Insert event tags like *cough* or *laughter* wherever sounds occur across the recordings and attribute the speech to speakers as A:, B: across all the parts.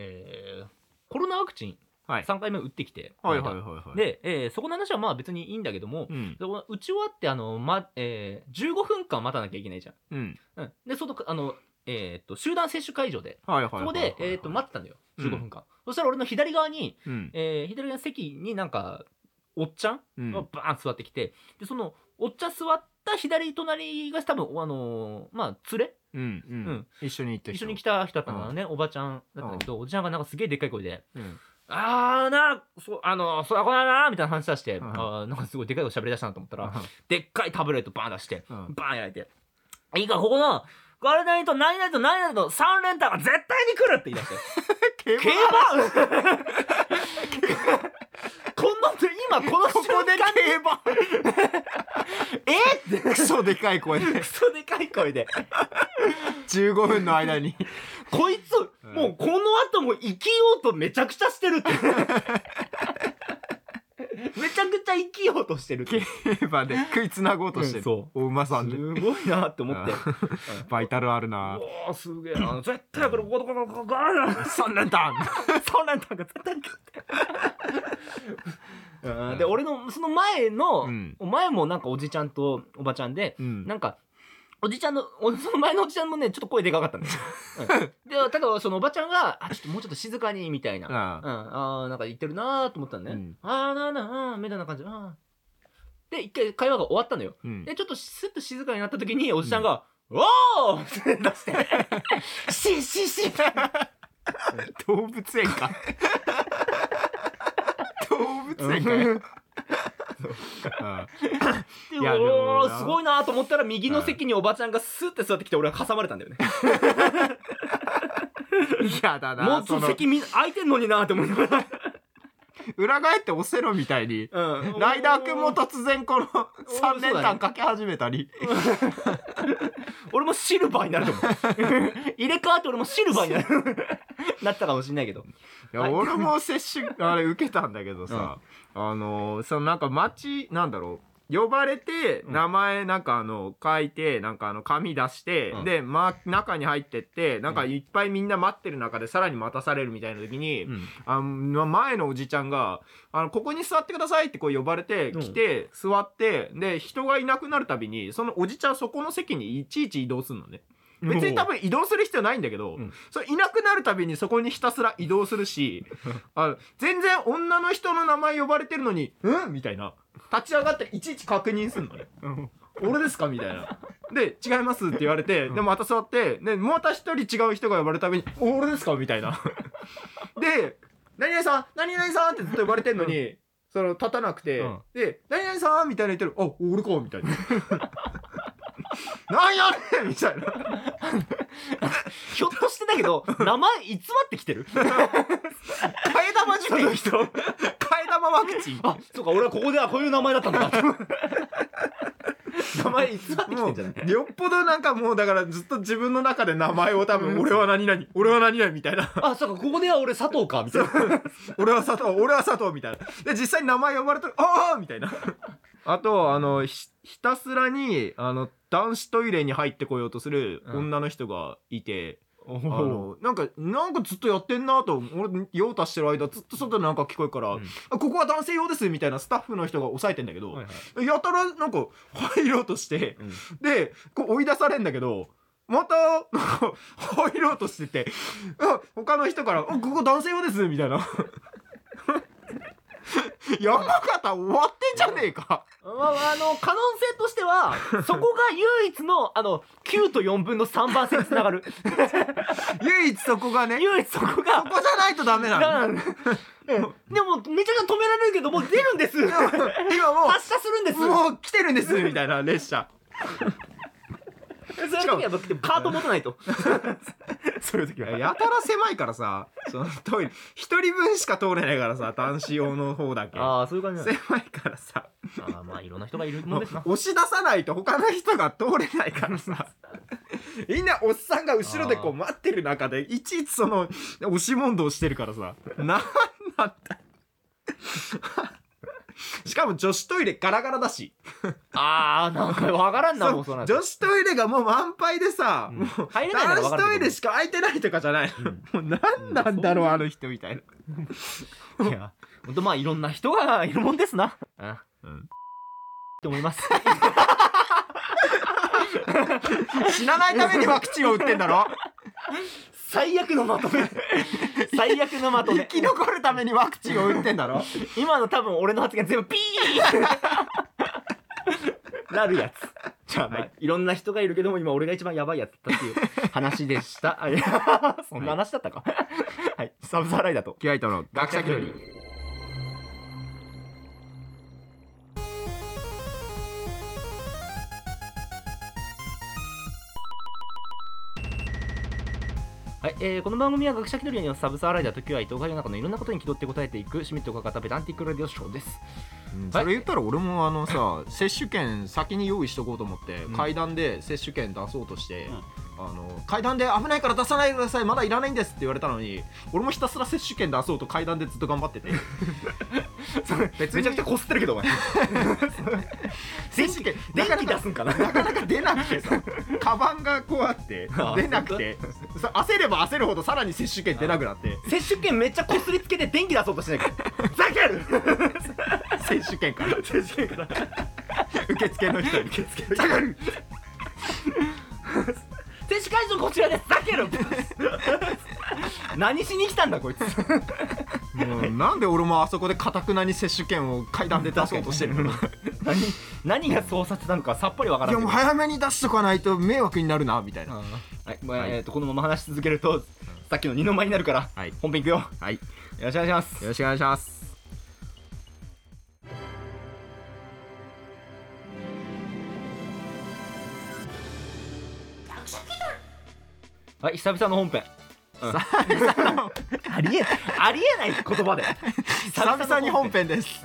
A: えーコロナワクチン
B: はい
A: 3回目打ってきて、
B: はいはいはいはい。、
A: で、えーそこの話はまあ別にいいんだけども、
B: うん。
A: そこ打ち終わってあの、まえー15分間待たなきゃいけないじゃん。
B: うん。
A: うん、でそのあの、えーっと集団接種会場で
B: はいはいはい
A: そ
B: はい
A: こ
B: はい。
A: で、えーっと待ってたんだよ15
B: うん
A: 分間、そしたら俺の左側に、
B: うん。
A: えー左側の席になんかおっちゃん
B: うん
A: がバーン座ってきて、でそのおっちゃん座った左隣が多分あのーまあ連れ
B: うん。う
A: うんん。
B: 一緒に行った人。
A: 一緒に来た人だったんだね、おばちゃんだったんだけど、おじちゃんがなんかすげえでっかい声で
B: うん。
A: 「あーなそうあのそらこだな」みたいな話出して、
B: うん
A: あーなんかすごいでっかいこと喋り出したなと思ったら、でっかいタブレットバーン出して、
B: うん
A: バーンやられて「いいかここのゴールデンと何々と何々と3連単が絶対に来る」って言い出して「競馬 *laughs* こんなの今この瞬間で競馬えっ?」
B: クソでかい
A: *laughs*
B: 声で
A: クソでかい声で
B: 15分の間に
A: こいつ、
B: ん
A: もうこの後も生きようとめちゃくちゃしてる *laughs* って。めちゃくちゃ生きようとしてるって。
B: 競馬で食いつなごうとして
A: うん
B: る、
A: そ
B: お馬さんです
A: ごいなって思って。
B: バイタルあるな
A: おおすげえな。絶対これ、ここ、ここ、ここ、ここ、3連単 !3 連単が絶対に勝ってうんで、俺の、その前の
B: うん、
A: 前もなんかおじちゃんとおばちゃんで、
B: うん
A: なんか、おじちゃんの、おその前のおじちゃんもね、ちょっと声でかかったんですよ。うん、で、ただ、そのおばちゃんが、あ、ちょっともうちょっと静かに、みたいな。うん、
B: ああ
A: あーなんか言ってるなーと思ったんだね。
B: うん
A: あーなーなー、あーみたいな感じ。あーで、一回会話が終わったのよ。
B: うん
A: で、ちょっとスッと静かになった時に、おじちゃんが、おーって出して、 *laughs* シーシーシー
B: 動物園
A: *laughs*
B: か動物園か
A: うん
B: よああ
A: で
B: いやでも
A: おーすごいなと思ったら右の席におばちゃんがスッて座ってきて俺は挟まれたんだよね
B: 嫌だ
A: も
B: な
A: うそ
B: そ
A: の
B: の
A: 席み空いてんのになと思い *laughs* ながら
B: 裏返ってオセロみたいに
A: うん
B: *laughs* ライダーくんも突然
A: *laughs*
B: この *laughs* 3連単かけ始めたり
A: 俺もシルバーになる *laughs* と思う入れ替わって俺もシルバーにな *laughs* るなったかもしれないけど
B: いや
A: はい
B: 俺も接種あれ受けたんだけどさ、あのーそのなんか町なんだろう呼ばれて
A: うん
B: 名前なんかあの書いてなんかあの紙出して、
A: うん
B: で、ま、中に入ってってなんかいっぱいみんな待ってる中でさらに待たされるみたいな時に、あのま前のおじちゃんがあの「ここに座ってください」ってこう呼ばれて
A: うん
B: 来て座ってで人がいなくなるたびにそのおじちゃんそこの席にいちいち移動するのね。別に多分移動する必要ないんだけど、
A: うん
B: それいなくなるたびにそこにひたすら移動す
A: *laughs*
B: るしあの全然女の人の名前呼ばれてるのに「うん?」みたいな立ち上がっていちいち確認す
A: *laughs*
B: んのね
A: うん
B: 「俺ですか?」みたいな。で「違います」って言われて、
A: うん
B: でまた座ってでまた一人違う人が呼ばれるたびに「俺ですか?」みた
A: *laughs*
B: いな。で「何々さん何々さん」ってずっと呼ばれてんのに。その立たなくて、
A: うん
B: で「何々さん」みたいな言ってる「あ俺か」みた
A: *laughs*
B: いな「何やねん!」みたいな
A: ひょっとしてだけど名前偽ってきてる
B: 替え玉事
A: その
B: 件
A: 人
B: 替え玉ワクチン
A: あそうか俺はここではこういう名前だったんだ *laughs* 名前偽ってきてんじゃない
B: *laughs* もうよっぽどなんかもうだからずっと自分の中で名前を多分俺は何々俺は何々みたいな
A: *laughs* あそうかここでは俺佐藤かみたいな
B: *laughs* 俺は佐藤俺は佐藤みたいなで実際に名前呼ばれてるああみたいなあとあのひひたすらにあの男子トイレに入ってこようとする女の人がいて、
A: お
B: あのなんかなんかずっとやってんなと俺用足してる間ずっと外でなんか聞こえるから、
A: うん
B: あここは男性用ですみたいなスタッフの人が押さえてんだけど、やたらなんか入ろうとしてでこう追い出されんだけどまたなんか入ろうとしててあ他の人からあ「ここ男性用です」みたいな *laughs* 山形終わってんじゃねえか
A: まあ、あの可能性としては *laughs* そこが唯一のあの9と4分の3番線につなが *laughs* る
B: 唯一そこがね
A: 唯一そこが
B: ここじゃないとダメなの
A: うんでもめちゃくちゃ止められるけどもう出るんです発
B: 今もう
A: 射するんです
B: もう来てるんですみたいな列車
A: そういう時は僕カート持たないとそういう時
B: いややたら狭いからさそのトイレ一人分しか通れないからさ男子用の方だけ
A: ああそういう感じなんだ
B: 狭いからさ
A: あーまあいろんな人がいるも
B: も
A: ん
B: う
A: ですな
B: 押し出さないと他の人が通れないか
A: *laughs*
B: らさみんなおっさんが後ろでこう
A: あー
B: 待ってる中でいちいちその押し問答してるからさなんなんだしかも女子トイレガラガラだし
A: *laughs* あーなんかわからんなもうそうな
B: そ
A: って
B: う女子トイレがもう満杯でさ、
A: うん
B: もう
A: 入れないなら
B: 男
A: わかる
B: 子トイ
A: けど
B: レしか空いてないとかじゃないの、もう何なんだろう、あの人みたいな、
A: いやほんとまあいろんな人がいるもんですなうんっ
B: うん、
A: て思います
B: 死なないためにワクチンを打ってんだろ
A: 最悪のまと *laughs* め最悪のまと
B: 生
A: め
B: き残るためにワクチンを打ってん
A: *laughs*
B: だろ
A: 今の多分俺の発言全部ピ *laughs* ーなるやつ
B: じゃあ、
A: は
B: はいい、、
A: いろんな人がいるけども今俺が一番やばいやつだったっていう話で *laughs* した。あいやそんな話だったか。はい、サブサライだと。
B: キュアイトの学者気取り
A: はい、えーこの番組は学者気取りにはサブサーライダーとキュア伊藤が世の中のいろんなことに気取って答えていくシュミットが語ペダンティックラディオショーです。
B: うんそれ言ったら俺もあ
A: *laughs*
B: のさ接種券先に用意しとこうと思って、
A: うん
B: 階段で接種券出そうとして、
A: うん
B: あの階段で危ないから出さないでくださいまだいらないんですって言われたのに俺もひたすら接種券出そうと階段でずっと頑張っ
A: *laughs*
B: てて別に
A: こすってるけどお前。
B: *laughs* 接種券
A: 電気
B: な
A: 出
B: か
A: すんかな。
B: なかなか出なくてさカバンがこうあって
A: あ
B: 出なくてさ焦れば焦るほどさらに接種券出なく
A: *laughs*
B: なって
A: *laughs* 接種券めっちゃこすりつけて電気出そうとしてないから。ざける。 *laughs*
B: 接種券から
A: 接種券から。
B: 受付の人に
A: 受付の人
B: だから
A: *laughs* 接種会場こちらです。ざける。何しに来たんだこいつ。 *laughs*
B: もうなんで俺もあそこでかたくなに接種券を階段で出そうとしてるの
A: 何何がそうさせたのかさっぱりわから
B: *laughs* い
A: ん
B: や
A: け
B: も
A: ど
B: う早めに出しとかないと迷惑になるなみたいな。
A: はい、まあ
B: はい
A: えー、とこのまま話し続けるとさっきの二の舞になるから、
B: はい
A: 本編いくよよ
B: はい、よ
A: ろしくお願いします
B: ろしくお願いします。
A: はい久々の本編、ありえ *laughs* ありえない言葉で
B: *laughs* 久々に本編です。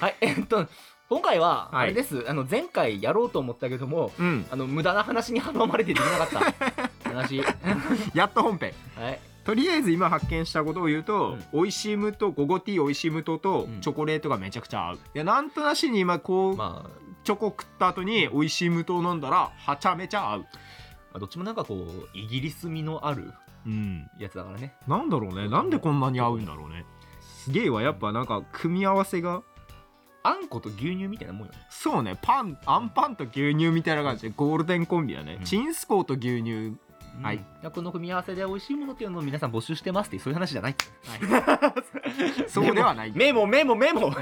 A: はいえっと今回は
B: はい
A: あれです、あの前回やろうと思ったけども
B: うん、
A: あの無駄な話に阻まれてできなかった
B: *laughs*
A: 話
B: やっと本編。
A: はい
B: とりあえず今発見したことを言うと、美味しい無糖、ゴゴティー美味しい無糖と
A: うん
B: チョコレートがめちゃくちゃ合う。いや、なんとなしに今こう、
A: ま
B: チョコ食った後に美味しい無糖飲んだら、はちゃめちゃ合う。
A: あどっちもなんかこうイギリス味のある
B: うん。
A: やつだからね
B: なんだろうね。なんでこんなに合うんだろうね。ゲイはやっぱなんか組み合わせが、
A: あんこと牛乳みたいなもんよね
B: そうね、パン、アンパンと牛乳みたいな感じでゴールデンコンビだね。
A: うん
B: チンスコーと牛乳はい
A: うん、この組み合わせで美味しいものっていうのを皆さん募集してますっていうそういう話じゃない、
B: *laughs* そうではない。
A: メモメモメ *laughs* モ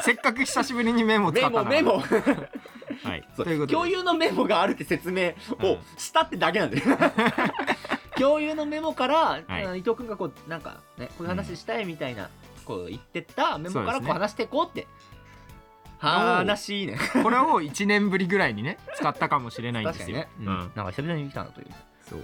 B: せっかく久しぶりにメモ使
A: メ
B: った
A: モ
B: な。
A: メモ
B: はい。
A: そう
B: ということで。
A: 共有のメモがあるって説明をしたってだけ
B: *laughs*
A: なんで共有のメモから、
B: はい
A: あの伊藤君がこうなんかねこういう話したいみたいな、こう言ってたメモからこ
B: そうです
A: う
B: ね
A: 話していこうって、話いいね
B: これを1年ぶりぐらいにね、使ったかもしれないんですよ。
A: 確かにね
B: うん。
A: なんか久々に来たなという
B: そう。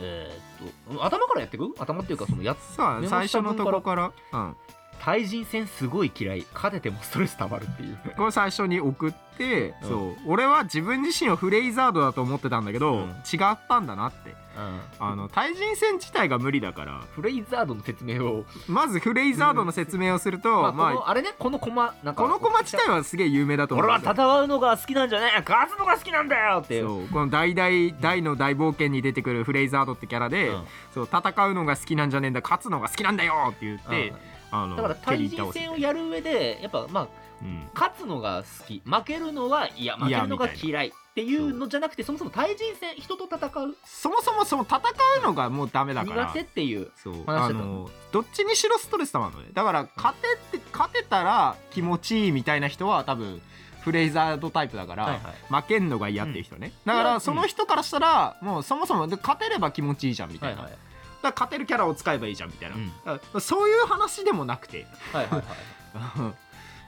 A: えーっと頭からやってく頭っていうかそのやつ
B: さ
A: メ
B: あ、
A: モ
B: 最
A: した
B: 初
A: 分
B: のとこから、うん。
A: 対人戦すごい嫌い勝ててもストレスたまる
B: *laughs*
A: っていう
B: これ最初に送って、
A: うん
B: そう。俺は自分自身をフレイザードだと思ってたんだけど、
A: うん
B: 違ったんだなって。あの、対人戦自体が無理だから、
A: フレイザードの説明を
B: まずフレイザードの説明をすると、
A: ま
B: ま
A: あ、こ
B: あ、
A: のあれねこのコマなんか
B: このコマ自体はすげえ有名だと思う
A: 俺
B: ん
A: は
B: ですよ。
A: 戦うのが好きなんじゃねえ勝つのが好きなんだよっていう
B: そうこの大大大の大冒険に出てくるフレイザードってキャラで、
A: うん
B: そう戦うのが好きなんじゃねえんだ勝つのが好きなんだよって言っ
A: で
B: て、あの
A: だから
B: 蹴
A: 対
B: り
A: 人
B: 倒す
A: 戦をやる上でやっぱまあ
B: うん
A: 勝つのが好き負けるのはいや負けるのが嫌いっていうのじゃなくてそもそも対人戦人と戦う
B: そもそもその戦うのがもうダメだから
A: 苦手っていう
B: そう
A: 話
B: あ
A: してた
B: のどっちにしろストレスたまるのねだから勝てって勝てたら気持ちいいみたいな人は多分フレイザードタイプだから、
A: はいはい
B: 負けんのが嫌っていう人ね、だか
A: うん
B: らその人からしたら、もうそもそもで勝てれば気持ちいいじゃんみたいな、
A: はい
B: だから勝てるキャラを使えばいいじゃんみたいな、
A: うん
B: だからそういう話でもなくて *laughs*
A: はいはいはい
B: うん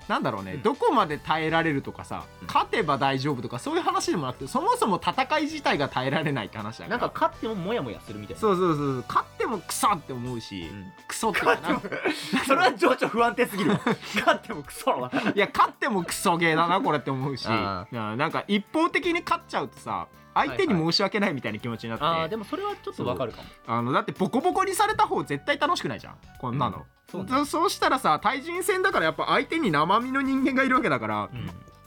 B: なんだろうね、
A: うん
B: どこまで耐えられるとかさ、
A: うん
B: 勝てば大丈夫とかそういう話でもなくてそもそも戦い自体が耐えられないって話だか
A: な
B: ら
A: んか勝ってもモヤモヤするみたいな
B: そうそうそうそう勝ってもクソって思うし、
A: うん
B: クソっていうかな
A: *laughs* それは情緒不安定す *laughs* ぎるわ勝ってもクソだ
B: いや勝ってもクソゲーだなこれって思うし
A: *laughs* あ
B: ななんか一方的に勝っちゃうとさ相手に申し訳ないみたいな気持ちになって、
A: ああでもそれはちょっとわかるかも
B: あのだってボコボコにされた方絶対楽しくないじゃんこんなの、
A: そうね
B: そそうしたらさ対人戦だからやっぱ相手に生身の人間がいるわけだから、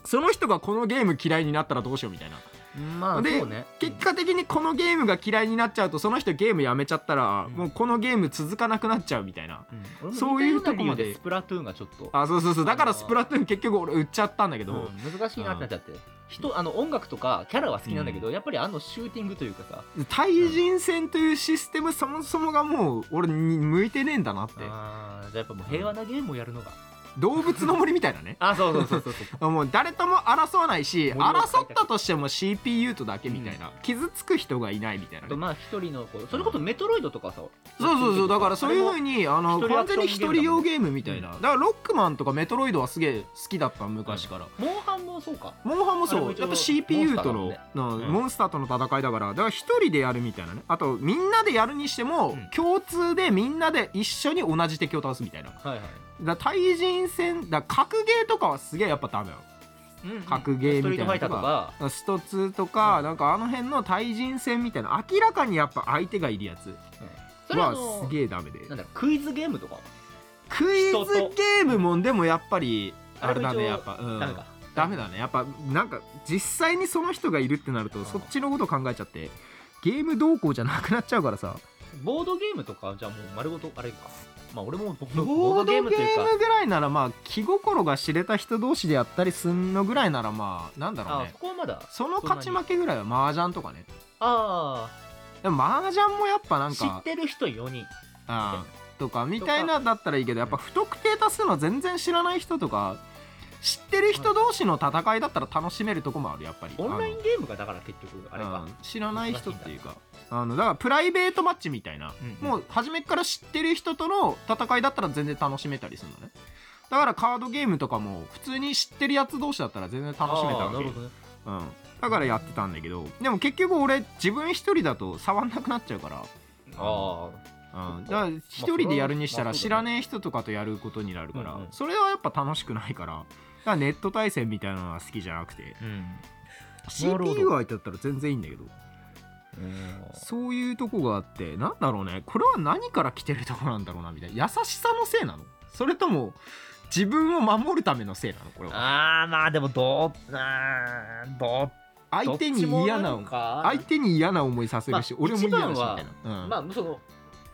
B: その人がこのゲーム嫌いになったらどうしようみたいな
A: うんまあ
B: で
A: そうね
B: 結果的にこのゲームが嫌いになっちゃうとその人ゲームやめちゃったら、
A: うん
B: もうこのゲーム続かなくなっちゃうみたいな
A: うん俺も
B: そういうと
A: 似たよ
B: こまで
A: うな理由スプラトゥーンがちょっと
B: あそうそうそうだか
A: あ
B: ら
A: のー
B: スプラトゥーン結局俺売っちゃったんだけど、
A: うん難しいなってなっちゃって人あの音楽とかキャラは好きなんだけどやっぱりあのシューティングというかさ
B: 対人戦というシステムそもそもがもう俺に向いてねえんだなって
A: あーじゃあやっぱもう平和なゲームをやるのが
B: 動物の森みたい
A: *laughs*
B: なね
A: あそうそうそうそうそう
B: もう誰とも争わないし
A: 森を買いたい
B: 争ったとしても CPU とだけみたいな、傷つく人がいないみたいな
A: あ
B: ね、
A: とまあ一人のこうそれこそメトロイドとかさ
B: そうそうそうだからそういうふう
A: に
B: にあの
A: 一人ア
B: 完
A: クシ
B: 全
A: ョン
B: に一人用ゲームみたいな、
A: ゲームだもんね
B: だからロックマンとかメトロイドはすげえ好きだった昔から、
A: モンハンもそうか
B: モンハンも
A: あれ
B: そ
A: も
B: う
A: 一応
B: やっぱ CPU との
A: モンス
B: な
A: ねうん
B: モンスターとの戦いだからだから一人でやるみたいなねあとみんなでやるにしても、
A: うん
B: 共通でみんなで一緒に同じ敵を倒すみたいなだか
A: はいはい
B: ら対人戦だから格ゲーとかはすげえやっぱダメだよ格ゲーみた
A: ストリート
B: いな
A: ファイターとか
B: スト2とか、なんかあの辺の対人戦みたいな明らかにやっぱ相手がいるやつ
A: それはあ
B: は
A: の
B: すげえダメで
A: なんだろうクイズゲームとかは
B: クイズ
A: 人と
B: ゲームもでもやっぱりあれだ
A: あれも
B: ね
A: 一応
B: やっぱ、うん、
A: ダメか
B: ダメだねやっぱなんか実際にその人がいるってなる
A: うん
B: とそっちのこと考えちゃってゲーム動向じゃなくなっちゃうからさ
A: ボードゲームとかじゃあもう丸ごとあれかまあ俺もボード
B: ボードゲーム
A: ボというか
B: ぐらいならまあ気心が知れた人同士でやったりすんのぐらいならまあなんだろう
A: あ
B: ね
A: そこはまだ
B: その勝ち負けぐらいは麻雀とかね
A: あ
B: でも麻雀もやっぱな
A: あ
B: ん
A: 知っ
B: か
A: てる人4人
B: うんとかみたいなだったらいいけどやっぱ不特定多数の全然知らない人とか知ってる人同士の戦いだったら楽しめるとこもあるやっぱり
A: オンライ
B: あ
A: ン
B: の
A: ゲームがだから結局あれ
B: う
A: か
B: ん知らない人っていうかあのだからプライベートマッチみたいな、
A: うん
B: もう初めから知ってる人との戦いだったら全然楽しめたりするのねだからカードゲームとかも普通に知ってるやつ同士だったら全然楽しめた
A: あー
B: わ
A: な
B: け
A: るほどね
B: うん、だからやってたんだけどでも結局俺自分一人だと触んなくなっちゃうから
A: あ
B: うん、だから一人でやるにした
A: まあ
B: ら
A: そ
B: 知
A: れは
B: らねえ人とかとやることになるから、
A: うんうん
B: それはやっぱ楽しくないからだからネット対戦みたいなのは好きじゃなくて
A: あうん、なるほど
B: CPU 相手だったら全然いいんだけどそういうとこがあってなんだろうねこれは何から来てるとこなんだろうなみたいな優しさのせいなのそれとも自分を守るためのせいなのこれは
A: あーまあでもどうあーどう
B: 相手に嫌な
A: どっちもか
B: 相手に嫌な思いさせるし、
A: まあ
B: 俺も嫌だしみ
A: 一番は
B: たいな、うん
A: まあその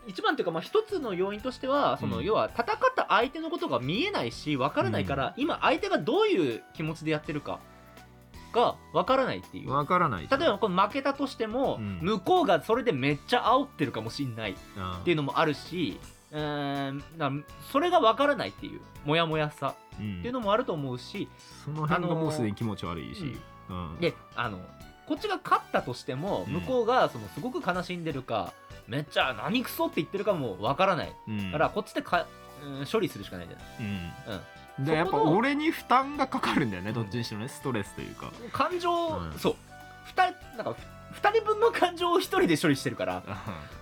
A: 一番というかまあ一つの要因としてはその、
B: うん
A: 要は戦った相手のことが見えないしわからないから、今相手がどういう気持ちでやってるかがわからないっていう
B: わからない
A: 例えばこの負けたとしても、
B: うん
A: 向こうがそれでめっちゃ煽ってるかもしんないっ
B: うん
A: ていうのもあるしうーんなそれがわからないっていうモヤモヤさ
B: うん
A: っていうのもあると思うし、
B: その辺がもうすでに気持ち悪いし、うん
A: であのこっちが勝ったとしても
B: うん
A: 向こうがそのすごく悲しんでるか、めっちゃ何クソって言ってるかもわからない
B: うん
A: だからこっちでか、うん、処理するしかないじゃない
B: うん、
A: ん
B: でやっぱ
A: そこの
B: 俺に負担がかかるんだよね、
A: うん
B: どっちにしろねストレスというか
A: 感情、
B: うん
A: そう2なんか2人分の感情を1人で処理してるから、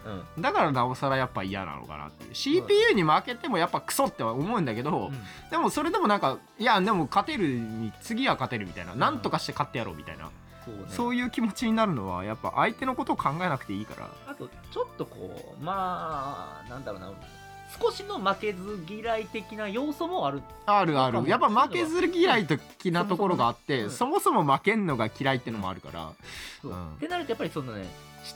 A: うん
B: だからなおさらやっぱ嫌なのかなっていう CPU に負けてもやっぱクソっては思うんだけど、でもそれでもなんかいやでも勝てるに次は勝てるみたいな、
A: うん
B: なんとかして勝ってやろうみたいな、
A: そうね
B: そういう気持ちになるのはやっぱ相手のことを考えなくていいから
A: あとちょっとこうまあなんだろうな少しの負けず嫌い的な要素もある
B: あるあ
A: そうかも
B: るやっぱ負けず嫌い的なところがあって、
A: うん
B: そもそも負けんのが嫌いってのもあるから、
A: そう
B: うん
A: ってなるとやっぱりそのね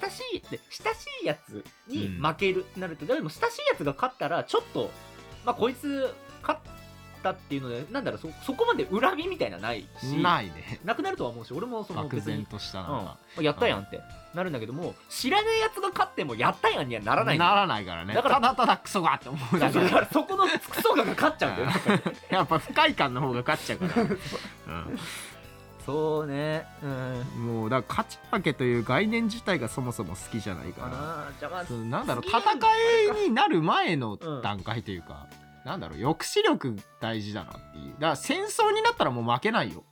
A: 親しいで親しいやつに
B: うん
A: 負けるってなると、でも親しいやつが勝ったらちょっとまあこいつ勝ったっていうのでなんだろうそそこまで恨みみたいなのないし
B: ないね
A: なくなるとは思うし俺もその
B: 漠
A: 別に
B: 然としたなんか、
A: うん、やったやんってなるんだけども知らないやつが勝ってもやったやんにはならないんだよ
B: からね
A: だから
B: ただただクソがって思う
A: だか
B: だけ
A: らだからそこのクソが勝っちゃうんだよやっぱり
B: やっぱ不快感の方が勝っちゃう
A: *laughs*
B: から、
A: そうねうん
B: もうだから勝ち負けという概念自体がそもそも好きじゃない
A: か
B: か
A: なじゃあまあ
B: らそうなんだろ
A: 好
B: う
A: きな
B: 戦
A: んだ
B: いになる前の
A: うん
B: 段階というか、なんだろう抑止力大事だなっていうだから戦争になったらもう負けないよ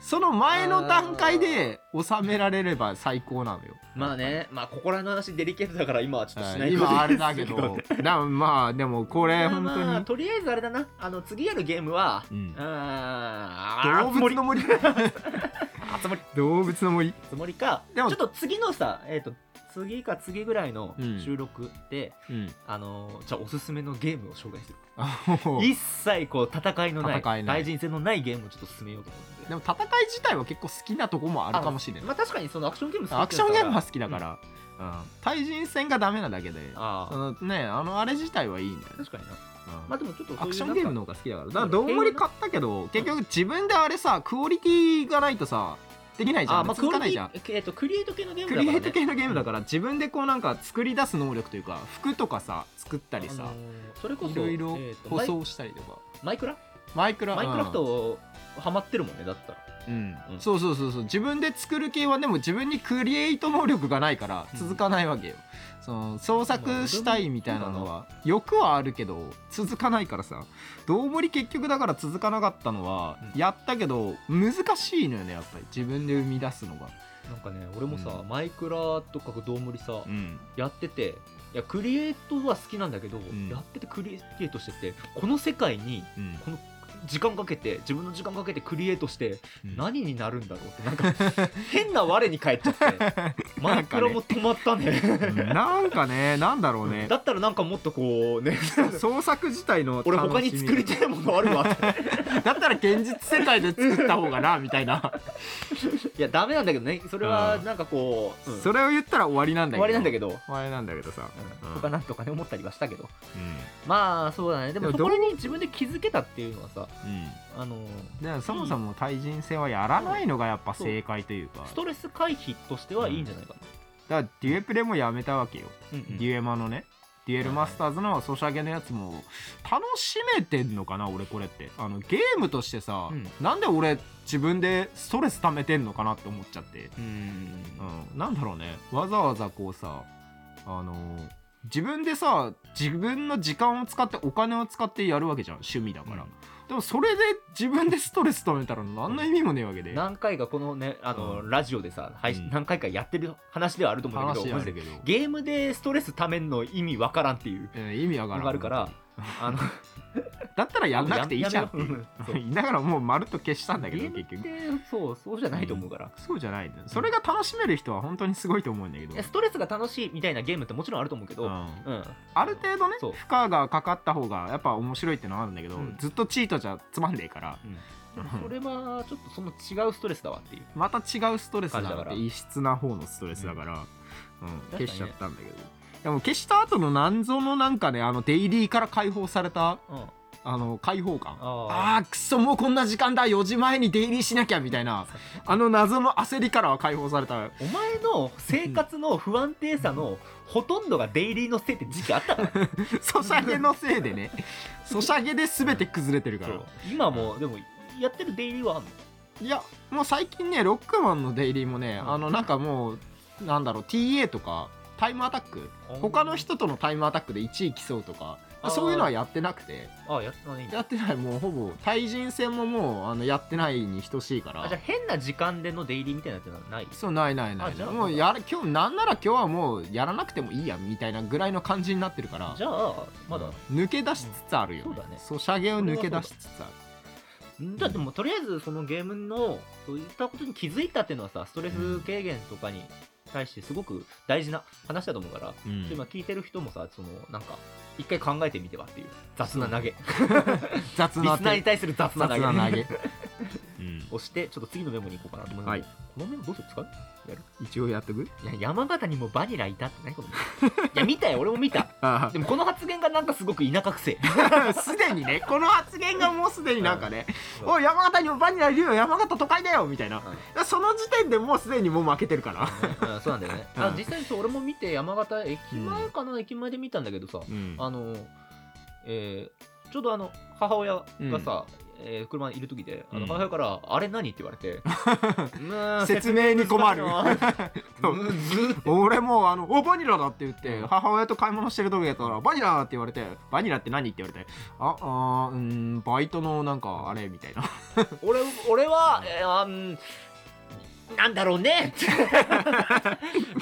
B: その前の段階で収められれば最高なのよ
A: まあね、まあここら辺の話デリケートだから今はちょっとしないこと
B: 今あれだ
A: で
B: け
A: す *laughs*
B: どだからまあでもこれ本当に、
A: まあ、とりあえずあれだなあの次やるゲームは
B: うん
A: *laughs* あー
B: 動物の森
A: 初森
B: 動物の森
A: 初森かち
B: で
A: ょ
B: も
A: っと次のさえっ、と次か次ぐらいの収録で、
B: うん
A: あのーじゃあおすすめのゲームを紹介する
B: あもう
A: 一切こう戦いのない
B: 戦いない
A: 対人戦のないゲームをちょっと進めようと思って
B: でも戦い自体は結構好きなとこもあるかもしれない
A: まあ確かにそのアクションゲーム好きだから
B: アクションゲームは好きだから、うん対人戦がダメなだけで
A: あ
B: そ
A: あ
B: のねあのあれ自体はいいんだよね、
A: 確かにな
B: うん
A: まあでもちょっとそういう
B: アクションゲームの方が好きだからだからどん
A: 平
B: ぶ
A: 和
B: り
A: な
B: 買ったけど結局自分であれさクオリティがないとさできないじゃん
A: あまあ
B: 続かないじゃん
A: クオリティえっとクリエイト系のゲーム
B: ク
A: だか
B: リ
A: ら、ね、
B: エイト系のゲームだから自分でこうなんか作り出す能力というか服とかさ作ったり
A: あ
B: さ
A: のーそれこそ
B: いろいろ
A: えーと
B: 舗
A: マイ
B: 装したりとか
A: マイクラ
B: マイクラ
A: マイクラフトハマってるもんねだったら
B: うん
A: うん
B: そうそうそうそう自分で作る系はでも自分にクリエイト能力がないから
A: うん
B: 続かないわけよ、その創作したいみたいなのは欲はあるけど続かないからさどうもり結局だから続かなかったのは
A: うん
B: やったけど難しいのよねやっぱり自分で生み出すのが、
A: なんかね俺もさ、
B: うん
A: マイクラとかどんぶりさ、やってていやクリエイトは好きなんだけど、
B: ん
A: やっててクリエイトしててこの世界に
B: うん
A: 時間かけて自分の時間かけてクリエイトして、
B: うん
A: 何になるんだろうってなん *laughs* か変な我に返っちゃってマイクラも止まったね
B: なん
A: *laughs*
B: かねなんだろうね
A: だったらなんかもっとこ *laughs* うね
B: 創作自体の楽しみ
A: 俺他に作りたいものあるわって
B: だったら現実世界で作った方がなみたいな
A: いやダメなんだけどねそれは
B: うん
A: なんかこう、うん
B: それを言ったら終わりなんだけ
A: 終
B: ど
A: わりなんだけど、
B: 終わりなんだけどさ、うん
A: とかなんとかね思ったりはしたけど
B: うん
A: まあそうだねでも
B: で
A: そ
B: もど
A: こ
B: う
A: に自分で気づけたっていうのはさあの
B: でもそもそも対人戦はやらないのがやっぱ正解というか
A: ストレス回避としてはいいんじゃないかな、
B: だからデュエプレもやめたわけよ、
A: うんうん
B: デュエマのねデュエルマスターズのソシャゲのやつも楽しめてんのかな俺これってあのゲームとしてさ、
A: うん
B: なんで俺自分でストレス溜めてんのかなって思っちゃって、
A: うん
B: うん、なんだろうねわざわざこうさあのー自分でさ自分の時間を使ってお金を使ってやるわけじゃん趣味だから、
A: うん
B: でもそれで自分でストレス溜めたら何の意味もねえわけで、
A: 何回かこのねあの、
B: うん
A: ラジオでさ配信、
B: うん
A: 何回かやってる話ではあると思うんだけ
B: 話
A: ど
B: あ
A: マジ
B: る
A: で
B: けど、
A: ゲームでストレスためんの意味わからんっていう
B: うん意味わからん
A: わかる
B: *laughs*
A: からあの
B: だったらやんなくていいじゃんってい
A: やめよう
B: う
A: うんそう
B: *laughs* 言いながらもうまるっと消したんだけ
A: ゲ
B: ど
A: ーム
B: 結
A: って
B: 局
A: そうそうじゃないと思うから、
B: そうじゃないんだよそれが楽しめる人は本当にすごいと思うんだけど
A: いやストレスが楽しいみたいなゲームってもちろんあると思うけど、
B: う
A: うん
B: んある程度ね
A: そう
B: 負荷がかかった方がやっぱ面白いってのはあるんだけど、
A: うん
B: ずっとチートじゃつまんねえから
A: でもそれはちょっとその違うストレスだわっていう
B: また違うストレスだ
A: 感じ
B: か
A: だから
B: ら異質な方のストレスだから、うん
A: 確かにね
B: 消しちゃったんだけどでも消した後のなんぞのなんかねあのデイリーから解放された
A: うん
B: あの解放感
A: あ
B: あーくそもうこんな時間だ4時前に出入りしなきゃみたいなあの謎の焦りからは解放された
A: お前の生活の不安定さのほとんどがデイリーのせいって時期あったからね
B: ソシャゲのせ
A: *laughs*
B: いでねソシャゲで全て崩れてるか
A: そ
B: ら
A: う今もでもやってるデイリーはあんの
B: いやもう最近ねロックマンの出入りもね
A: うん
B: あのなんかもうなんだろう TA とかタイムアタック他の人とのタイムアタックで1位競うとか
A: あー
B: そういうのはやってなくて
A: あやったね
B: やってないもうほぼ対人戦ももうあのやってないに等しいから
A: あじゃあ変な時間でのデイリーみたいなってのはない
B: そうないないな
A: あ
B: い
A: じゃあ
B: もうやる今日なんなら今日はもうやらなくてもいいやみたいなぐらいの感じになってるから
A: じゃあまだ、
B: 抜け出しつつあるよ、
A: うんそうだね
B: ソシャゲを抜け出しつつあ
A: んだってもうとりあえずそのゲームのそういったことに気づいたっていうのはさストレス軽減とかに対してすごく大事な話だと思うから、
B: る、うん
A: 今聞いてる人もさそのなんか一回考えてみてはっていう雑な投げリ *laughs*
B: 雑
A: ス
B: な
A: ナーに
B: 手
A: 対する雑な
B: 雑
A: 投げ
B: な
A: *laughs*
B: 投げ
A: 押してちょっと次のメモに行こうかなと思います、
B: はい
A: このメモどうする使う
B: 一応やっとく
A: いや山形にもバニラいたってないこと *laughs* いや見たよ俺も見た
B: あ
A: でもこの発言がなんかすごく田舎くせえ
B: あ *laughs* すでにねこの発言がもうすでになんかね「おい山形にもバニラいるよ山形都会だよ」みたいな、その時点でもうすでにもう負けてるから、
A: うん *laughs* そうなんだよね、
B: うん
A: あ実際にそう俺も見て山形駅前かな、駅前で見たんだけどさ、あのえーちょうどあの母親がさ、えー車にいる時であ
B: う
A: の
B: ん
A: 母親から「あれ何?」って言われ *laughs* てうーん
B: 説明に困る
A: 難しいな *laughs*
B: そう
A: むずって
B: 俺もうあの「おバニラだ」って言って、
A: うん
B: 母親と買い物してる時やったから「バニラ」って言われて「バニラって何?」って言われて「ああーうーんバイトのなんかあれ」み
A: *laughs*
B: たいな
A: 俺俺は、えーあーうんなんだろう *laughs* ね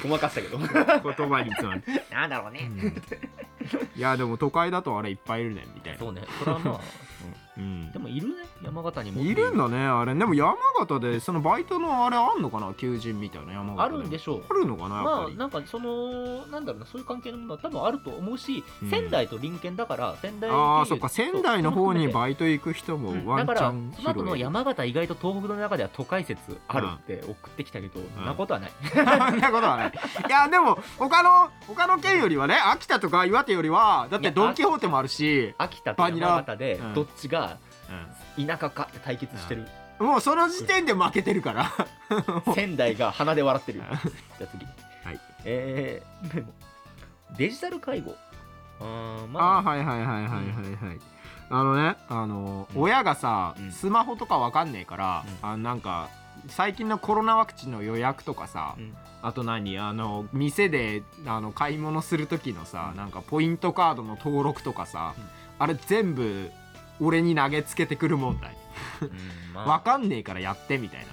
A: ごまかしたけど
B: 言葉につまん *laughs* で、
A: *laughs* なんだろうね
B: いやでも都会だとあれいっぱいいるねみたいな *laughs*
A: そうねそれはまあ、でもいるね山形にも
B: いるんだねあれでも山形でそのバイトのあれあんのかな求人みたいな山形
A: あるんでしょう
B: あるのかなやっ
A: ま
B: ぱ
A: あ
B: り、
A: なんかそのなんだろうなそういう関係のものは多分あると思うし、
B: うん
A: 仙台と隣県だから仙台
B: ああーそっか仙台の方に
A: イ
B: バイト行く人も
A: だ
B: ワン
A: か
B: チャ
A: ら
B: ン
A: その後の
B: 広い
A: 山形意外と東北の中では都会説あるって送ってきたけど、そんなことはない、
B: そんなことはない。いや、でも、他の、他の県よりはね、秋田とか岩手よりは、だっ
A: い
B: て
A: や
B: ドンキホーテもあるし、
A: 秋田と山形で
B: バニラうん
A: どっちが田舎かって対決してる、
B: もうその時点で負けてるから。
A: *laughs* 仙台が鼻で笑ってるじゃあ次
B: い
A: えー、メモデジタル介護あーまあ
B: あーはいはいはいはいはいはい。あのね、あの、
A: うん
B: 親がさ
A: う、ん
B: スマホとかわかんねえから、
A: う
B: あなんか、最近のコロナワクチンの予約とかさ、
A: うん
B: あと何あの店であの買い物する時のさ、
A: うん
B: なんかポイントカードの登録とかさ、
A: うん
B: あれ全部俺に投げつけてくる問題
A: うんまあ
B: わかんねえからやってみたいな。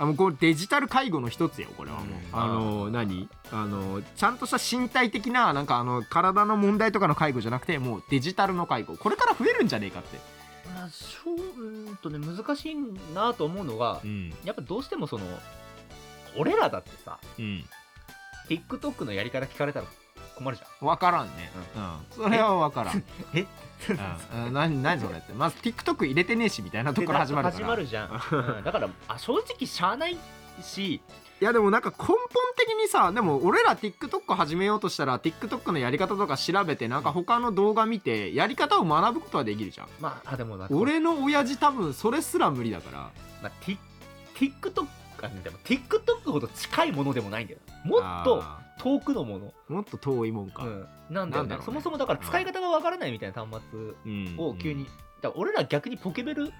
B: あもうこれデジタル介護の一つよこれはもう、
A: うん
B: あの何あのちゃんとした身体的ななんかあの体の問題とかの介護じゃなくてもうデジタルの介護これから増えるんじゃねえかって、
A: まあ、しょううーんとね難しいなと思うのが、
B: ん
A: やっぱどうしてもその俺らだってさ
B: うん、
A: TikTok のやり方聞かれたら困るじ
B: 分からんね、うんそれは分からん
A: ゃんえ
B: うんうん何何それってまず TikTok 入れてねえしみたいなとこから始まるから
A: じゃん、うんだからあ正直しゃあないし
B: いやでもなんか根本的にさでも俺ら TikTok 始めようとしたら TikTok のやり方とか調べてなんか他の動画見てやり方を学ぶことはできるじゃん
A: まああでもな
B: 俺の親父多分それすら無理だから
A: まあ、ティ TikTok あでも TikTok ほど近いものでもないんだよもっと
B: あ
A: 遠くのもの、
B: ーもっと遠いもんか、
A: うんなんだよ
B: なん
A: ね
B: だろうね
A: そもそもだから使い方がわからないみたいな端末
B: うん
A: を急に、だから俺ら逆にポケベル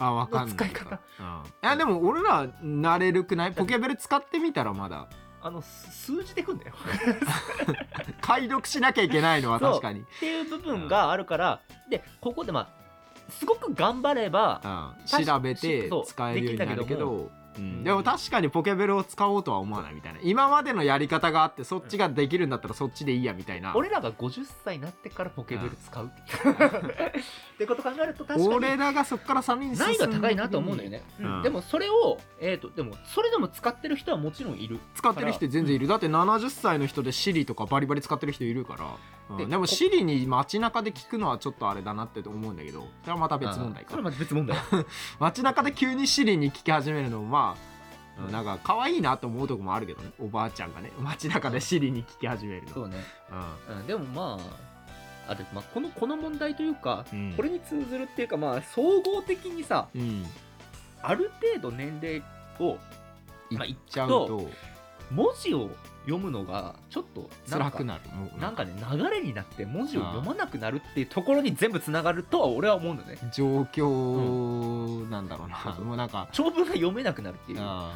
B: あわかんない
A: 使い方
B: うんいやでも俺ら慣れるくないポケベル使ってみたらまだ
A: あのす数字でくんだよ
B: 解読しなきゃいけないのは確かに、うん、
A: っていう部分があるから、でここでまあすごく頑張れば、確か
B: 調べて
A: そう
B: 使えるようになるけ
A: できたけど
B: ど
A: も
B: うんでも確かにポケベルを使おうとは思わないみたいな今までのやり方があってそっちができるんだったらそっちでいいやみたいな
A: 俺らが50歳になってからポケベル使う、
B: *laughs*
A: ってこと考えると確か
B: 俺
A: に
B: らがそっから3人
A: 難易度は高いなと思うのよね、
B: うん
A: うんでもそれを、えー、とでもそれでも使ってる人はもちろんいる
B: 使ってる人全然いるだって70歳の人で Siri とかバリバリ使ってる人いるから、うん
A: で
B: でも
A: こ
B: Siri に街中で聞くのはちょっとあれだなって思うんだけどそれはまた別問題
A: あーそれ
B: か
A: はまた別問
B: *laughs*
A: 題
B: 街中で急に Siri に聞き始めるのもまあ、
A: うん
B: なんか可愛いなと思うとこもあるけどねおばあちゃんがね街中で Siri に聞き始めるの、
A: そうね、
B: う
A: うん、でもまああで、まあ、このこの問題というか、
B: ん
A: これに通ずるっていうかまあ総合的にさ
B: うん
A: ある程度年齢を
B: いっ
A: まあいっ
B: ちゃうと
A: 文字を読むのがちょっと
B: 辛
A: か
B: くなるもう
A: なんかね流れになって文字を読まなくなるっていうところに全部つながるとは俺は思うのね
B: 状況なんだろ
A: そ
B: う
A: う
B: な、
A: そう
B: もうなんか、
A: 長文が読めなくなるっていう
B: あ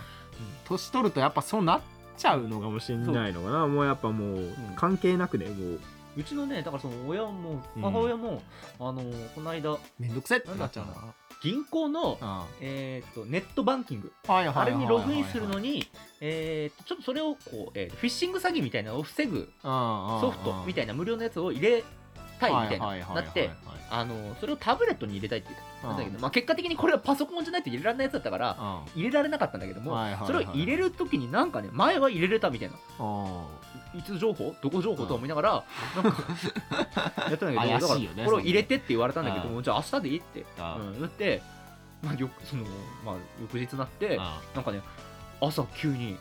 B: ー年取るとやっぱそうなっちゃうのかもしれないのかなもうやっぱもう関係なくねもう
A: うちのねだからその親も
B: うん
A: 母親も、あのこの間
B: めんどくせえって
A: なん
B: な
A: だ
B: っ
A: っ
B: ち
A: け
B: ゃう
A: な
B: な
A: 銀行の、
B: あ
A: えー、とネットバンキング
B: あはいはい
A: あ
B: はい
A: れ
B: はい
A: にログインするの
B: に
A: に、えー、とちょっとそれをこう、えーフィッシング詐欺みたいなのを防ぐソ
B: ソ
A: フトみ
B: い
A: たいな無料のやつを入れたいみたいな、
B: な
A: なってあのそれをタブレットに入れたいって言ったんだけ
B: う
A: ど、まあ、結果的にこれはパソコンじゃないと入れられないやつだったから、入れられなかったんだけども、それを入れ
B: る
A: るときになんかね前は入れれたみたいないうつ情報どこ情報と思いながら、なんかやってたんだけど
B: 怪しいよ
A: だ
B: ね
A: からこれを入れてって言われたんだけど
B: そん
A: もじゃあ明日でいいって、
B: ああ
A: うん、言って、まあ、よそのまあ、翌日になってなんかね朝急に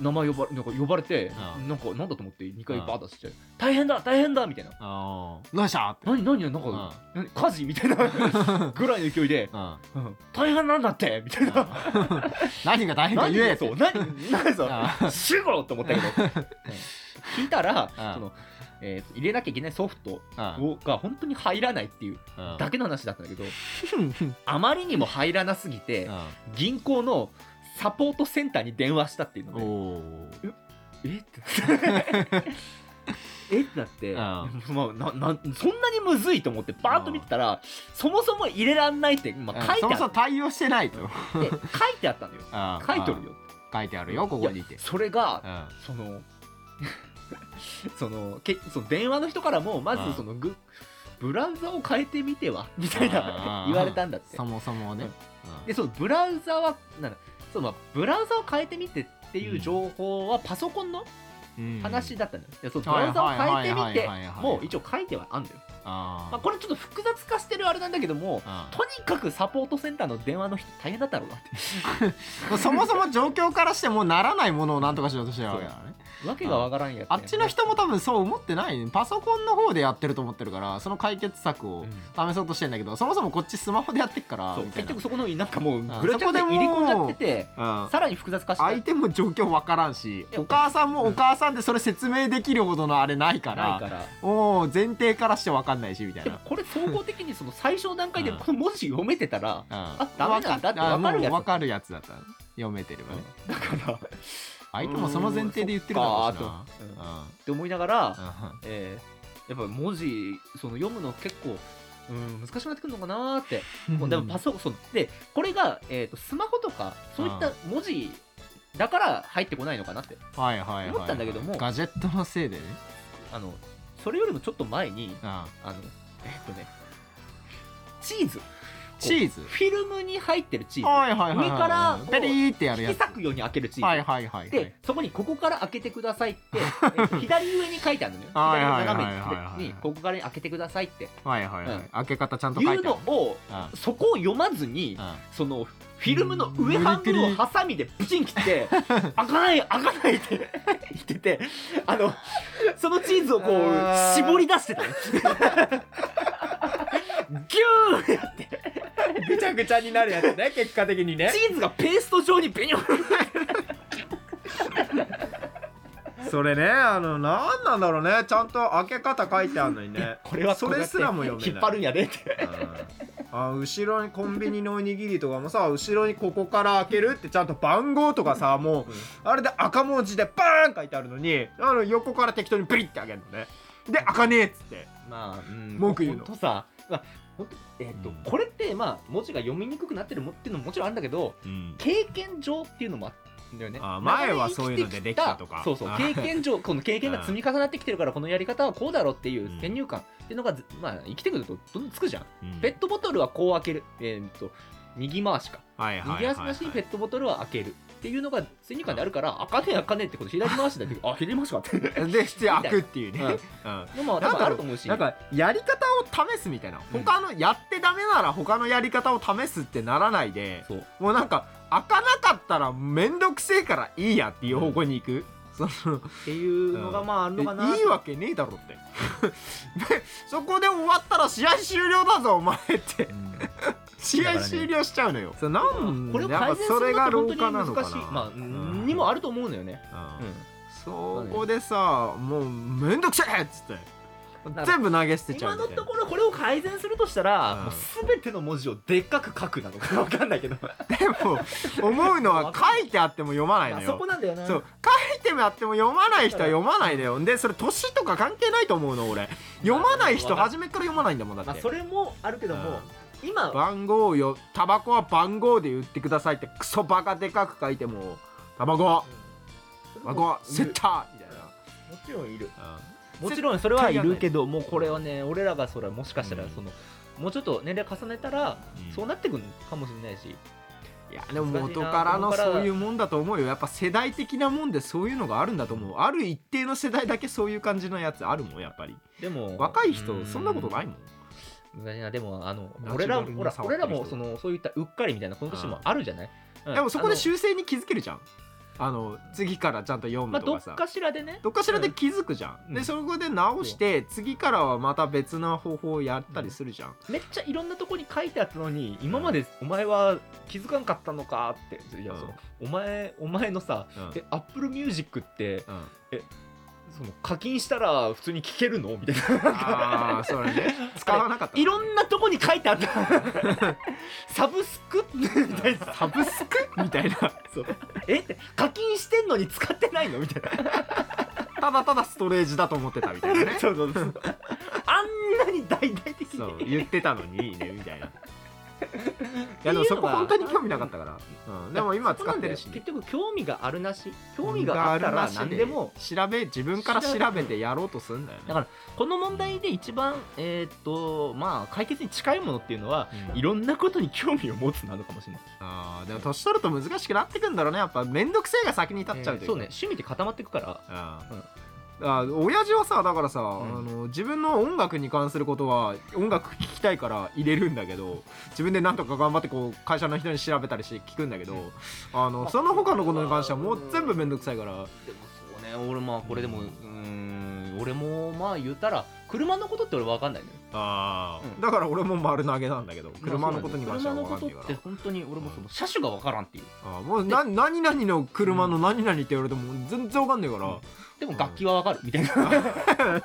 A: 名前呼ばなんか呼ばれて
B: ああ
A: なんかなんだと思って2回
B: ああ
A: バーッとして「大変だ大変だ」みたいな
B: 何した
A: 「
B: って
A: 何何何なん
B: あ
A: か何火事?」みたいなぐらいの勢いで
B: うん
A: 「うん大変なんだって」みたいな。
B: 何が大変か言えって
A: そう何何
B: あ
A: さ死後と思ったけ
B: *laughs*
A: ど聞いたら
B: あ
A: その、えー入れなきゃいけないソフト
B: うん
A: をが本当に入らないっていう
B: うん
A: だけの話だったんだけどあまりにも入らなすぎて
B: う
A: 銀行のサポートセンターに電話したっていうの
B: ん
A: で
B: おー
A: えってなって
B: *laughs*
A: えってなって、
B: あ
A: まあ、ななそんなにむずいと思ってバーッと見てたらそもそも入れらんないって、まあ、書い
B: そ
A: て
B: も
A: あ
B: そも
A: っ
B: 対応してないと
A: て書いてあったんだよ書いとる
B: よ
A: よ
B: 書いてあるよここにいて
A: それが
B: う
A: そ *laughs*
B: ん
A: のそのけその電話の人からもま
B: うん
A: ずそのぐブラウザを変えてみてはみたいな
B: あー
A: 言われたんだって
B: そもそもね、うん
A: でそのブラウザはなんだそのまあブラウザを変えてみてっていう情報はパソコンの
B: うん
A: 話だったんだよ、でそのブラウザを変えてみ
B: はい
A: て
B: はいはいはいはい
A: もう一応書いてはあんだよ、
B: あ
A: まあ、これちょっと複雑化してるあれなんだけども
B: あ
A: とにかくサポートセンターの電話の人大変だったろうなって
B: うんそもそも状況からしてもうならないものをなんとかしようとしてるわけだからね
A: わけがわからんやつや
B: *laughs* あっちの人も多分そう思ってないねパソコンの方でやってると思ってるからその解決策を試そうとしてんだけどそもそもこっちスマホでやってっから
A: そう
B: みたい
A: 結
B: な
A: 局そこのなんかもう
B: あ
A: ぐらちゃぐちゃに入り込んじゃってて
B: うん
A: さらに複雑化して
B: 相手も状況わからんし
A: いや
B: お母さんもお母さんでそれ説明できるほどのあれないか
A: ない
B: ら
A: から
B: もう前提からしてわかんないしみたい
A: でも
B: な
A: これ総合的にその最初の段階で
B: うん
A: この文字読めてたら
B: あ
A: あダメなんだってわかるやつ
B: わかるやつだった読めてればね
A: だから
B: 相手もその前提で言ってるだろうし
A: うーん
B: な
A: そっかーとうんっ
B: うん
A: て思いながら
B: うん
A: えーやっぱ文字その読むの結構うん難しくなってくるのかなーってもうでもパソコンそうでこれが、えー、とスマホとかそういった文字だから入ってこないのかなって
B: *laughs* はいはいはいはい
A: 思ったんだけども
B: ガジェットのせいでね
A: あのそれよりもちょっと前に
B: うん
A: あのえっ、とねチーズ
B: チーズ
A: フィルムに入ってるチーズ、
B: はいはいはい
A: 上から
B: はいペリーってやる
A: 引き
B: やつ
A: 裂くように開けるチーズ、
B: はいはいはいは
A: で
B: い
A: そこに「ここから開けてください」
B: *laughs*
A: って、えーと左上に書いてあるのよ
B: はい
A: 左の
B: はいはいはい
A: 斜めにここから開けてくださいって
B: はいはいは
A: うん
B: い開け方ちゃんと
A: い
B: 書いうてあ
A: の
B: る
A: を
B: うん
A: そこを読まずに
B: うん
A: そのフィルムの上半分をハサミでブチン切って開かない開かないって言っててあのそのチーズをこう
B: あー
A: 絞り出してた
B: *laughs*
A: のギューってやって
B: ぐちゃぐちゃになるやつ *laughs* ね結果的にね
A: チーズがペースト状にベニョン
C: それねあの何なんだろうねちゃんと開け方書いてあるのにね
A: これはこうやっ
C: そ
A: て
C: れすらも読めない
A: 引っ張るんやでって
C: うんあ後ろにコンビニのおにぎりとかもさ後ろにここから開けるってちゃんと番号とかさもうあれで赤文字でバーン書いてあるのにあの横から適当にブリッて開けるのねで開かねえっつって
A: まあ、うん
C: 文句言うの
A: ほんとさ、まあほんとえーっと
B: うん
A: これってまあ文字が読みにくくなってるもっていうのももちろんあるんだけど
B: うん
A: 経験上っていうのもあるんだよね
C: あ前はそういうのでできたとか
A: そうそう
B: あ
A: 経験上この経験
B: *laughs*
A: が積み重なってきてるからこのやり方はこうだろうっていう
B: うん
A: 先入観っていうのがず、まあ、生きてくるとどんどんつくじゃん、
B: うん
A: ペットボトルはこう開けるえーっと右回しか
B: はいはいはい
A: 右
B: はい
A: 足なしにペットボトルは開けるっていうのが先入観であるから開かねえ開かねえってこと左回しだけどあ左回しかって
B: *laughs* で普通開くっていうね
A: うん
B: うん
A: のも多分あると思うし
B: なんかやり方を試すみたいな
A: うん
B: 他のやってダメなら他のやり方を試すってならないで
A: そう
B: もうなんか開かなかったら面倒くせえからいいやっていう方向に行く、その
A: っていうのがまああるのかな、
B: いいわけねえだろって *laughs* でそこで終わったら試合終了だぞお
A: *laughs*
B: 前って試合終了しちゃうのよ、そうなん
A: これを
B: やっ
A: 改
B: ぱ
A: 善す
B: そ
A: る
B: れ
A: のっ
B: が
A: て
B: 老
A: 本
B: 化な
A: 当
B: の
A: に
B: か
A: 難
B: な
A: しいまあ、
B: うん
A: にもあると思うのよね、
B: うん
A: う
B: そこでさもう面倒くせえっつって
A: ん、
B: 全部投げ捨てちゃ
A: 今
B: う
A: の
B: みたいな
A: ところこれを改善するとしたら、
B: うん
A: もう全ての文字をでっかく書くなのか分かんないけど
B: でも思うのは書いてあっても読 *laughs* まないの
A: あそ
B: よ
A: こなんだよな
B: そう書いてあっても読まない人は読まないだよでそれ年とか関係ないと思うの俺読まない人初めから読まないんだもんだ
A: ま
B: っ
A: あ、
B: て
A: それもあるけども、今
B: *laughs* 番号をよタバコは番号で言ってくださいってクソバカでかく書いてもタバコ
A: うん
B: タバコセッターみたい
A: もちろんいる
B: な、
A: もちろんそれはいるけどもうこれはね俺らがそれはもしかしたら
B: うん
A: その、もうちょっと年齢重ねたら、
B: うん
A: そうなってくるかもしれないし
B: いやでも元からのそういうもんだと思うよやっぱ世代的なもんでそういうのがあるんだと思うある一定の世代だけそういう感じのやつあるもんやっぱり
A: でも
B: 若い人そんなことない
A: い
B: もん
A: 難しいなでもあの
B: ナチュラル
A: 俺ら
B: に
A: もほら
B: 触っ
A: 俺
B: てる
A: ら
B: 人
A: もそのそういったうっかりみたいなこの年もあるじゃない、うん
B: でもそこで
A: あ
B: 修正に気づけるじゃんあの次からちゃんと読
A: のま
B: む
A: あ
B: と
A: ど
B: か
A: っ
B: さ、
A: かしらでね
B: どっかしらで気づくじゃん、
A: うん
B: でそこで直して次からはまた別な方法をやったりするじゃん、
A: めっちゃいろんなとこに書いてあったのに今までお前は気づかんかったのかっていや
B: うん
A: そのお前お前のさ
B: うん
A: えアップルミュージックって
B: うん
A: その課金したら普通に聴けるのみたいな
B: ああそれね使わなかった
A: いろんなとこに書いてあった *laughs* サブスクみたいな
B: サブスクみたいな
A: そうえって課金してんのに使ってないのみたいな
B: ただただストレージだと思ってたみたいな *laughs* ね
A: *laughs* そうそうそうあんなに大々的
B: そう
A: に
B: 言ってたのにいいねみたいないやでもそこ
A: っていうのが
B: 本当に興味なかったから、うんでも今使ってるし、
A: 結局興味があるなし興味があったら何でも
B: 調べ自分から調べてやろうとするんだよね
A: だからこの問題で一番、えーっとまあ、解決に近いものっていうのは、
B: うん
A: いろんなことに興味を持つなのかもしれない
B: あーでも年取ると難しくなってくんだろうねやっぱ面倒くせえが先に立っちゃうというか、
A: そうね趣味って固まっていくから
B: あ
A: うん
B: あ親父はさだからさ、
A: ん
B: あの自分の音楽に関することは音楽聴きたいから入れるんだけど自分でなんとか頑張ってこう会社の人に調べたりして聞くんだけど、
A: うん
B: あの
A: まあ
B: その他のことに関してはもう全部面倒くさいから、
A: でもそうね俺まあこれでもうーん俺もまあ言うたら車のことって俺分かんないのよ
B: あ
A: ー
B: だから俺も丸投げなんだけど車のことに関しては分かんない
A: 車のことっ
B: から
A: て本当に俺もその車種が分からんっていう
B: あーもうな何々の車の何々って言われても全然分かんないから、
A: うんでも楽器は分かるみ
B: *laughs*
A: たいなそうそうそうそ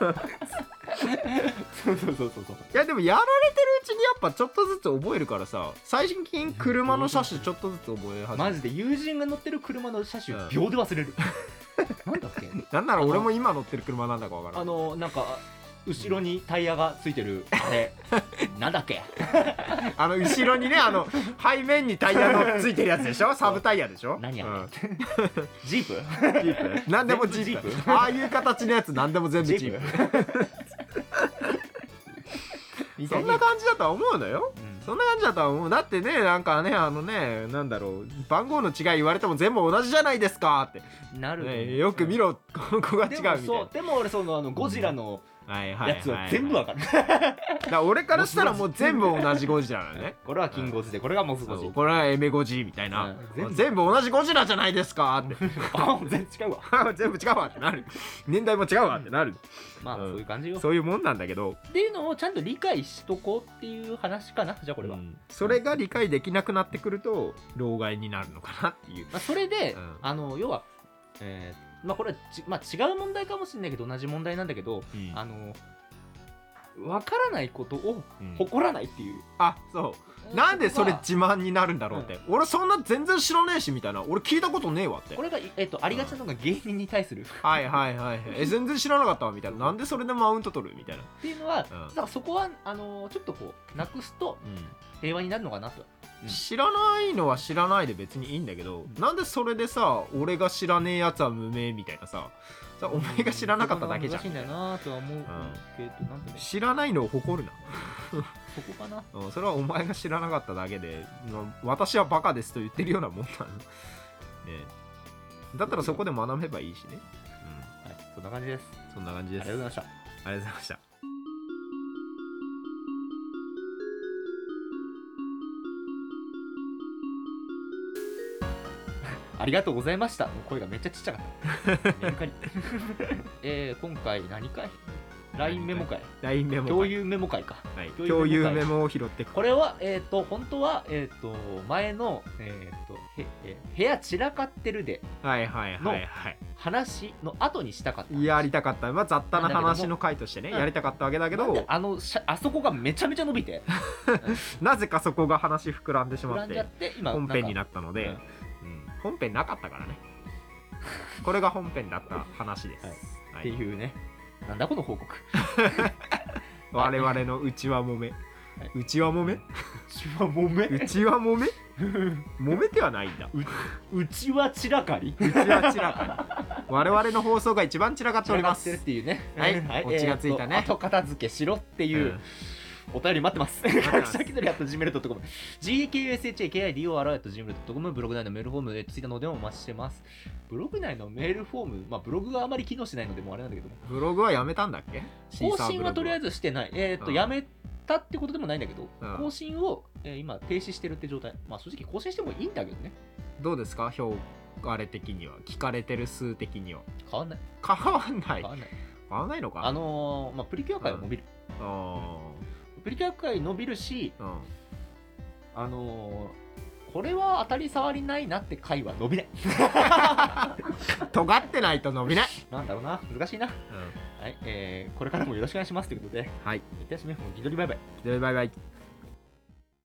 A: うそう
B: いやでもやられてるうちにやっぱちょっとずつ覚えるからさ最近車の車種ちょっとずつ覚え始めた
A: マジで友人が乗ってる車の車種
B: うん
A: 秒で忘れるなんだっけ
B: *laughs* なんなら俺も今乗ってる車なんだかわから
A: あ
B: ん
A: のなんか後ろにタイヤがついてるあ
B: *laughs*
A: れなんだっけ
B: あの後ろにねあの背面にタイヤのついてるやつでしょサブタイヤでしょ
A: 何
B: う
A: あ
B: ん
A: れジープ
B: ジープ何でもジー
A: 全部ジー
B: プああいう形のやつ何でも全部ジープそんな感じだとは思うのよ
A: うん
B: そんな感じだとは思うだってねなんかねあのねなんだろう番号の違い言われても全部同じじゃないですかって、
A: なる
B: ね、よく見ろこの子が違うみ
A: で
B: た
A: も
B: い
A: そう
B: な
A: でも俺そのあのゴジラの
B: はいはい
A: やつは全部わ
B: か
A: かる
B: だから俺からしたらもう全部同じゴジラなのね
A: これはキンゴジでこれがモス
B: そ
A: ゴジ
B: うこれはエメゴジみたいな、
A: うん
B: 全部同じゴジラじゃないですかって
A: あもう全然違うわ
B: 全部違うわってなる年代も違うわってなる、
A: まあ
B: うん
A: そういう感じよっ
B: そういうもんなんだけど
A: ていうのをちゃんと理解しとこうっていう話かなじゃあこれは
B: うんそれが理解できなくなってくると老害になるのかなっていう
A: まあそれで
B: うん
A: あの要はえーまあこれはちまあ違う問題かもしれないけど同じ問題なんだけどあの分からないことを
B: うん
A: 誇らないっていう
B: あそうなんでそれ
A: ここが
B: 自慢になるんだろうって、俺そんな全然知らねえしみたいな俺聞いたことねえわって
A: これがえっとありがちなのが芸人に対する
B: はいはいはいはいえ全然知らなかったわみたいななんでそれでマウント取るみたいな、
A: っていうのは
B: うん
A: だからそこはあのちょっとこうなくすと平和になるのかなとうん
B: 知らないのは知らないで別にいいんだけど、
A: うん
B: なんでそれでさ俺が知らねえやつは無名みたいなささお前が知らなかっただけじゃん
A: 難しいんだよなとは思うけど、なんとね、
B: 知らないのを誇るな、
A: そこかな。
B: うん、それはお前が知らなかっただけでま私はバカですと言ってるようなもんなの、 *laughs* ねえ、だったらそこで学べばいいしね、
A: はい、そんな感じです。あ
B: うん、そんな感じ
A: り
B: で
A: が
B: す
A: とうございました。
B: ありがとうございました
A: ありがとうございました。もう声がめっちゃちっちゃかっ
B: *laughs*
A: た。メルカリ。 *laughs* えー、今回何回 ?LINE メモ会。
B: LINE メモ
A: 共有メモ会か。
B: はい
A: 共
B: 共
A: 有メモ
B: 有
A: 会
B: メモを拾って
A: これは、えっ、と、本当は、えっ、と、前の、えっ、と、へえー部屋散らかってるで、
B: はいはいはいはい
A: 話の後にしたかった。
B: やりたかった、まあ、雑多な
A: なんだけど
B: 話
A: も
B: の回としてね
A: うん
B: やりたかったわけだけ
A: なんで
B: ど
A: あのしゃあそこがめちゃめちゃ伸び
B: *laughs*
A: て
B: なぜかそこが話膨らんでし
A: 膨
B: ま
A: ら
B: っ
A: んじゃ
B: て
A: って今
B: 本編に
A: っ
B: なったので、
A: うん
B: うん本編なかったからねこれが本編だった話です、
A: はい
B: は
A: て
B: い
A: いうねなんだこの報告
B: 我々のうちわもめうちわもめ
A: うちはもめ
B: うちわもめもめてはないんだ
A: *laughs* うちは散らかり
B: うちは散らかり我々の放送が一番散らかっておりま
A: 散らかってる
B: す
A: っていうね
B: はいオチがついたね
A: あと片付けしろっていう、
B: うん
A: お便り待ってます。
B: ってます
A: *laughs* 学者気取り at gmail.com。gkushakidor.gmail.com。ブログ内のメールフォーム、えーツイッターのお電話もお待ちしてます。ブログ内のメールフォーム、まあ、ブログがあまり機能してないので、もうあれなんだけども。
B: ブログはやめたんだっけ
A: 更新はとりあえ
B: ず
A: ずしてない。えっ、と、
B: うん
A: やめたってことでもないんだけど、
B: うん
A: 更新を、えー今停止してるって状態。まあ、正直更新してもいいんだけどね。
B: どうですか評価あれ的には聞かれてる数的には
A: 変わんない。
B: 変わ
A: 変
B: んない
A: わんない。
B: 変わんないのか
A: あのーまあ、プリキュア界は伸びる。
B: あ
A: プリキュア界伸びるし、
B: ーうん
A: あのーこれは当たり障りないなって回は伸びない。
B: 尖ってないと伸びない、
A: なんだろうな、難しいな。はい、えーこれからもよろしくお願いしますということで、
B: はい
A: いたしめ、もう、ぎどりバイバイ。
B: でバイバイ